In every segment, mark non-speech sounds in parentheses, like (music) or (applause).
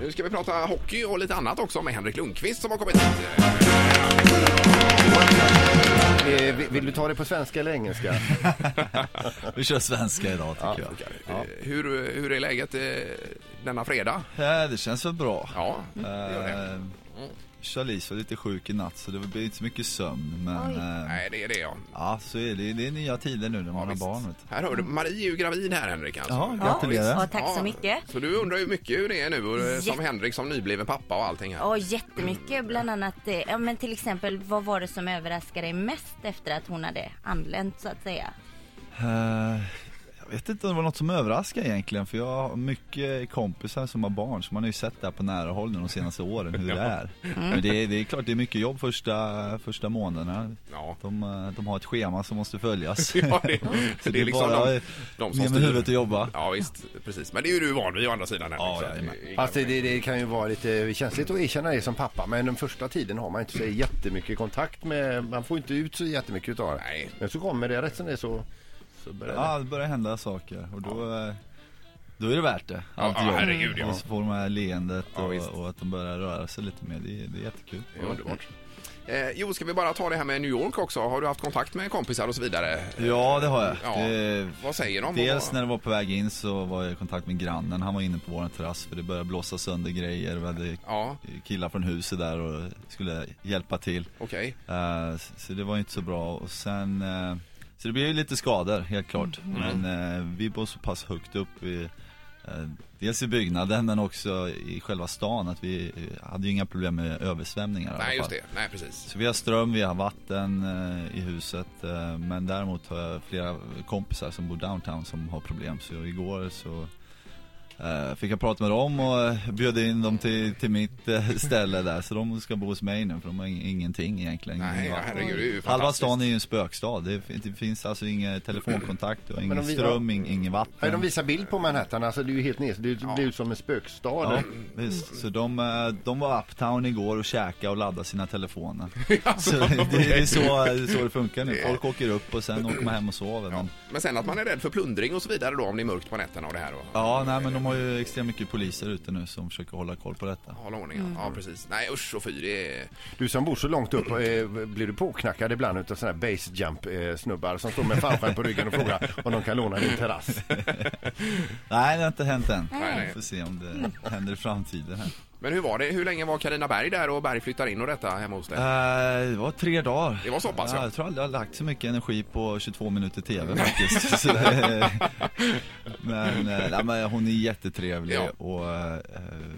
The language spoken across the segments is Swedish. Nu ska vi prata hockey och lite annat också med Henrik Lundqvist som har kommit hit. Eh, vill, vill du ta det på svenska eller engelska? Vi kör svenska idag tycker jag. Eh, Hur, hur är läget eh, denna fredag? Ja, det känns väl bra. Ja, det gör det. Eh, Charlize var lite sjuk i natt så det blir inte så mycket sömn. Men eh, Nej, det är det ja. ja, så är det, det är nya tider nu när man har visst. barn. Vet. du. Här hör du, Marie är ju gravid här Henrik alltså. Ja, Ja, gratulerar. tack så mycket. Så du undrar ju mycket hur det är nu och, eh, som Jätte- Henrik som nybliven pappa och allting här. Ja, jättemycket. Bland annat, eh, ja men till exempel, vad var det som överraskade dig mest efter att hon hade anlänt så att säga? Eh, Jag vet inte om det var något som överraskade egentligen för jag har mycket kompisar som har barn så man har ju sett det här på nära håll nu de senaste åren (laughs) hur det är. Men det, är- det är klart det är mycket jobb första, första månaderna. Ja. De, eh, de har ett schema som måste följas. Ja, det, (laughs) Så det är liksom bara de, de som ner styr. med huvudet och jobba. Ja visst, precis. Men det är ju du van vid å andra sidan Henrik. Ja, så att- jajamän. Fast det, Alltså, det, det kan ju vara lite känsligt att erkänna det som pappa men den första tiden har man inte så jättemycket kontakt med, man får inte ut så jättemycket utav det. Nej. Men så kommer det rätt som det är så, så börjar det. Ja, det börjar hända saker och då, eh, då är det värt det. Allt Ja, jobb. herregud, ja. Och så får de här leendet Ja, visst. och, och att de börjar röra sig lite mer. Det är, det är jättekul. Det är underbart. Eh, jo, ska vi bara ta det här med New York också? Har du haft kontakt med kompisar och så vidare? Ja, det har jag. Ja. Det, Vad säger de? dels Vad- när det var på väg in så var jag i kontakt med grannen. Han var inne på våran terrass för det började blåsa sönder grejer. Vi hade Ja, killar från huset där och skulle hjälpa till. okej. Eh, s- Så det var inte så bra och sen eh, Så det blev ju lite skador helt klart Mm. Men eh, vi bor så pass högt upp i, eh, Dels i byggnaden men också i själva stan att vi eh, hade ju inga problem med översvämningar i alla Nej, just fall. det. Nej, precis. Så vi har ström, vi har vatten eh, i huset eh, Men däremot har jag flera kompisar som bor downtown som har problem Så igår så eh, Fick jag prata med dem och eh, bjöd in dem till, till mitt eh, ställe där Så de ska bo hos mig nu för de har ing- ingenting egentligen Nej, Ingen ja, vatten. herregud, det är ju Mm. Halva fantastiskt. stan är ju en spökstad. Det, fin- det finns alltså ingen telefonkontakt, och ingen de vi- ström, ing, ingen vatten. Nej, de visar bild på Manhattan, alltså det är ju helt ner, det blir ut som en spökstad. Ja, visst. Så de, eh, de var uptown igår och käkade och laddade (laughs) sina telefoner. så det, det, är så, det är så det funkar nu. Folk åker upp och sen åker man hem och sover. Men, Men sen att man är rädd för plundring och så vidare då om det är mörkt på nätterna och det här. Och... ja, nej, men de har ju extremt mycket poliser ute nu som försöker hålla koll på detta. Hålla ordning, ja. ja precis. Nej usch och fy, det är... Du som bor så långt upp, eh, blir du påknackad ibland utav sådana här base jump eh, snubbar som står med fallskärm på ryggen och frågar om de kan låna din terrass? Nej, det har inte hänt än. Nej, nej. Vi får se om det händer i framtiden. Här. Men hur var det? Hur länge var Carina Berg där och Berg flyttar in och detta hemma hos dig? Eh, det var tre dagar. Det var så pass, ja. Jag tror aldrig jag har lagt så mycket energi på 22 minuter TV faktiskt. (laughs) så det, (laughs) men, eh, nej, men hon är jättetrevlig Ja. och eh,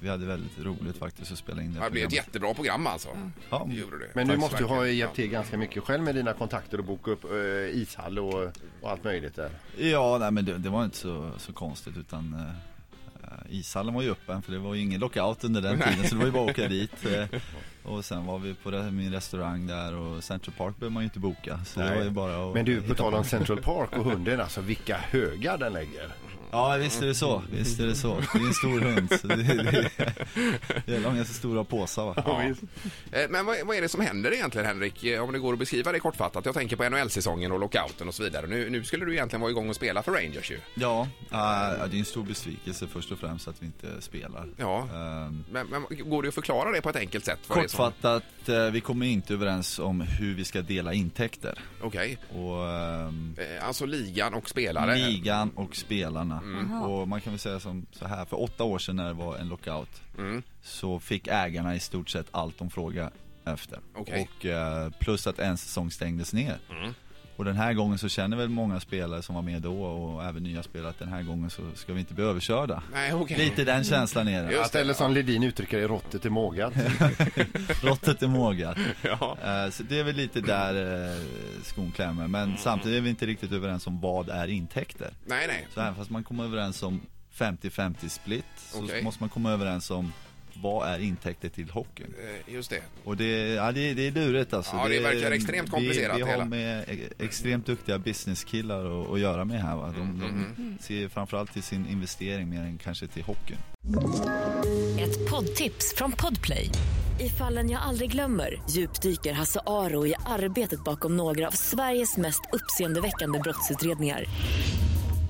vi hade väldigt roligt faktiskt att spela in det Det blev ett programmet. jättebra program alltså. Ja. Det gjorde det. Men du Tack så måste ju ha verkligen. hjälpt till ganska mycket själv med dina kontakter och boka upp eh, ishall och, och allt möjligt där. Ja, nej, men det, det var inte så, så konstigt utan eh, ishallen var ju öppen för det var ju ingen lockout under den tiden så det var ju bara att (laughs) åka dit. eh, Och sen var vi på re- min restaurang där och Central Park behöver man ju inte boka. Så det var ju bara att Men du, på hitta tal om Central Park och hunden, alltså vilka högar den lägger. Ja visst är det så, visst är det så. Det är en stor hund. Så det, det, det är långa så stora påsar va. Ja. Eh, Men vad, vad är det som händer egentligen Henrik? Eh, Om det går att beskriva det kortfattat. Jag tänker på NHL-säsongen och lockouten och så vidare. Nu, nu skulle du egentligen vara igång och spela för Rangers ju. Ja, eh, det är en stor besvikelse först och främst att vi inte spelar. Ja. Eh, Men, men går det att förklara det på ett enkelt sätt? Vad det är som- Kortfattat, eh, vi kommer inte överens om hur vi ska dela intäkter. Okej. Och, ehm, Eh, Alltså ligan och spelare. Ligan och spelarna. Mm. Och man kan väl säga som så här, för åtta år sedan när det var en lockout Mm. så fick ägarna i stort sett allt de frågade efter. Okej. Mm. Och eh, plus att en säsong stängdes ner. Och den här gången så känner väl många spelare som var med då och även nya spelare att den här gången så ska vi inte bli överkörda. Nej, okej. Lite den känslan är det. Just Att, eller som Ledin uttrycker det, råttet i mågat. Råttet är mågat. (laughs) Ja. Eh, Så det är väl lite där eh, skon klämmer. Mm. Men samtidigt är vi inte riktigt överens om vad är intäkter. Nej, nej. Så även fast man kommer överens om 50-50 split så Okej. måste man komma överens om vad är intäkter till hockeyn? Eh, Just det. Och det, ja, det, det är lurigt alltså. Ja, det verkar extremt komplicerat, Vi, vi hela. har med e- extremt duktiga businesskillar att, att göra med här. Va? Mm, De, de ser framförallt till sin investering mer än kanske till hockeyn. Ett poddtips från Podplay. I fallen jag aldrig glömmer djupdyker Hasse Aro i arbetet bakom några av Sveriges mest uppseendeväckande brottsutredningar.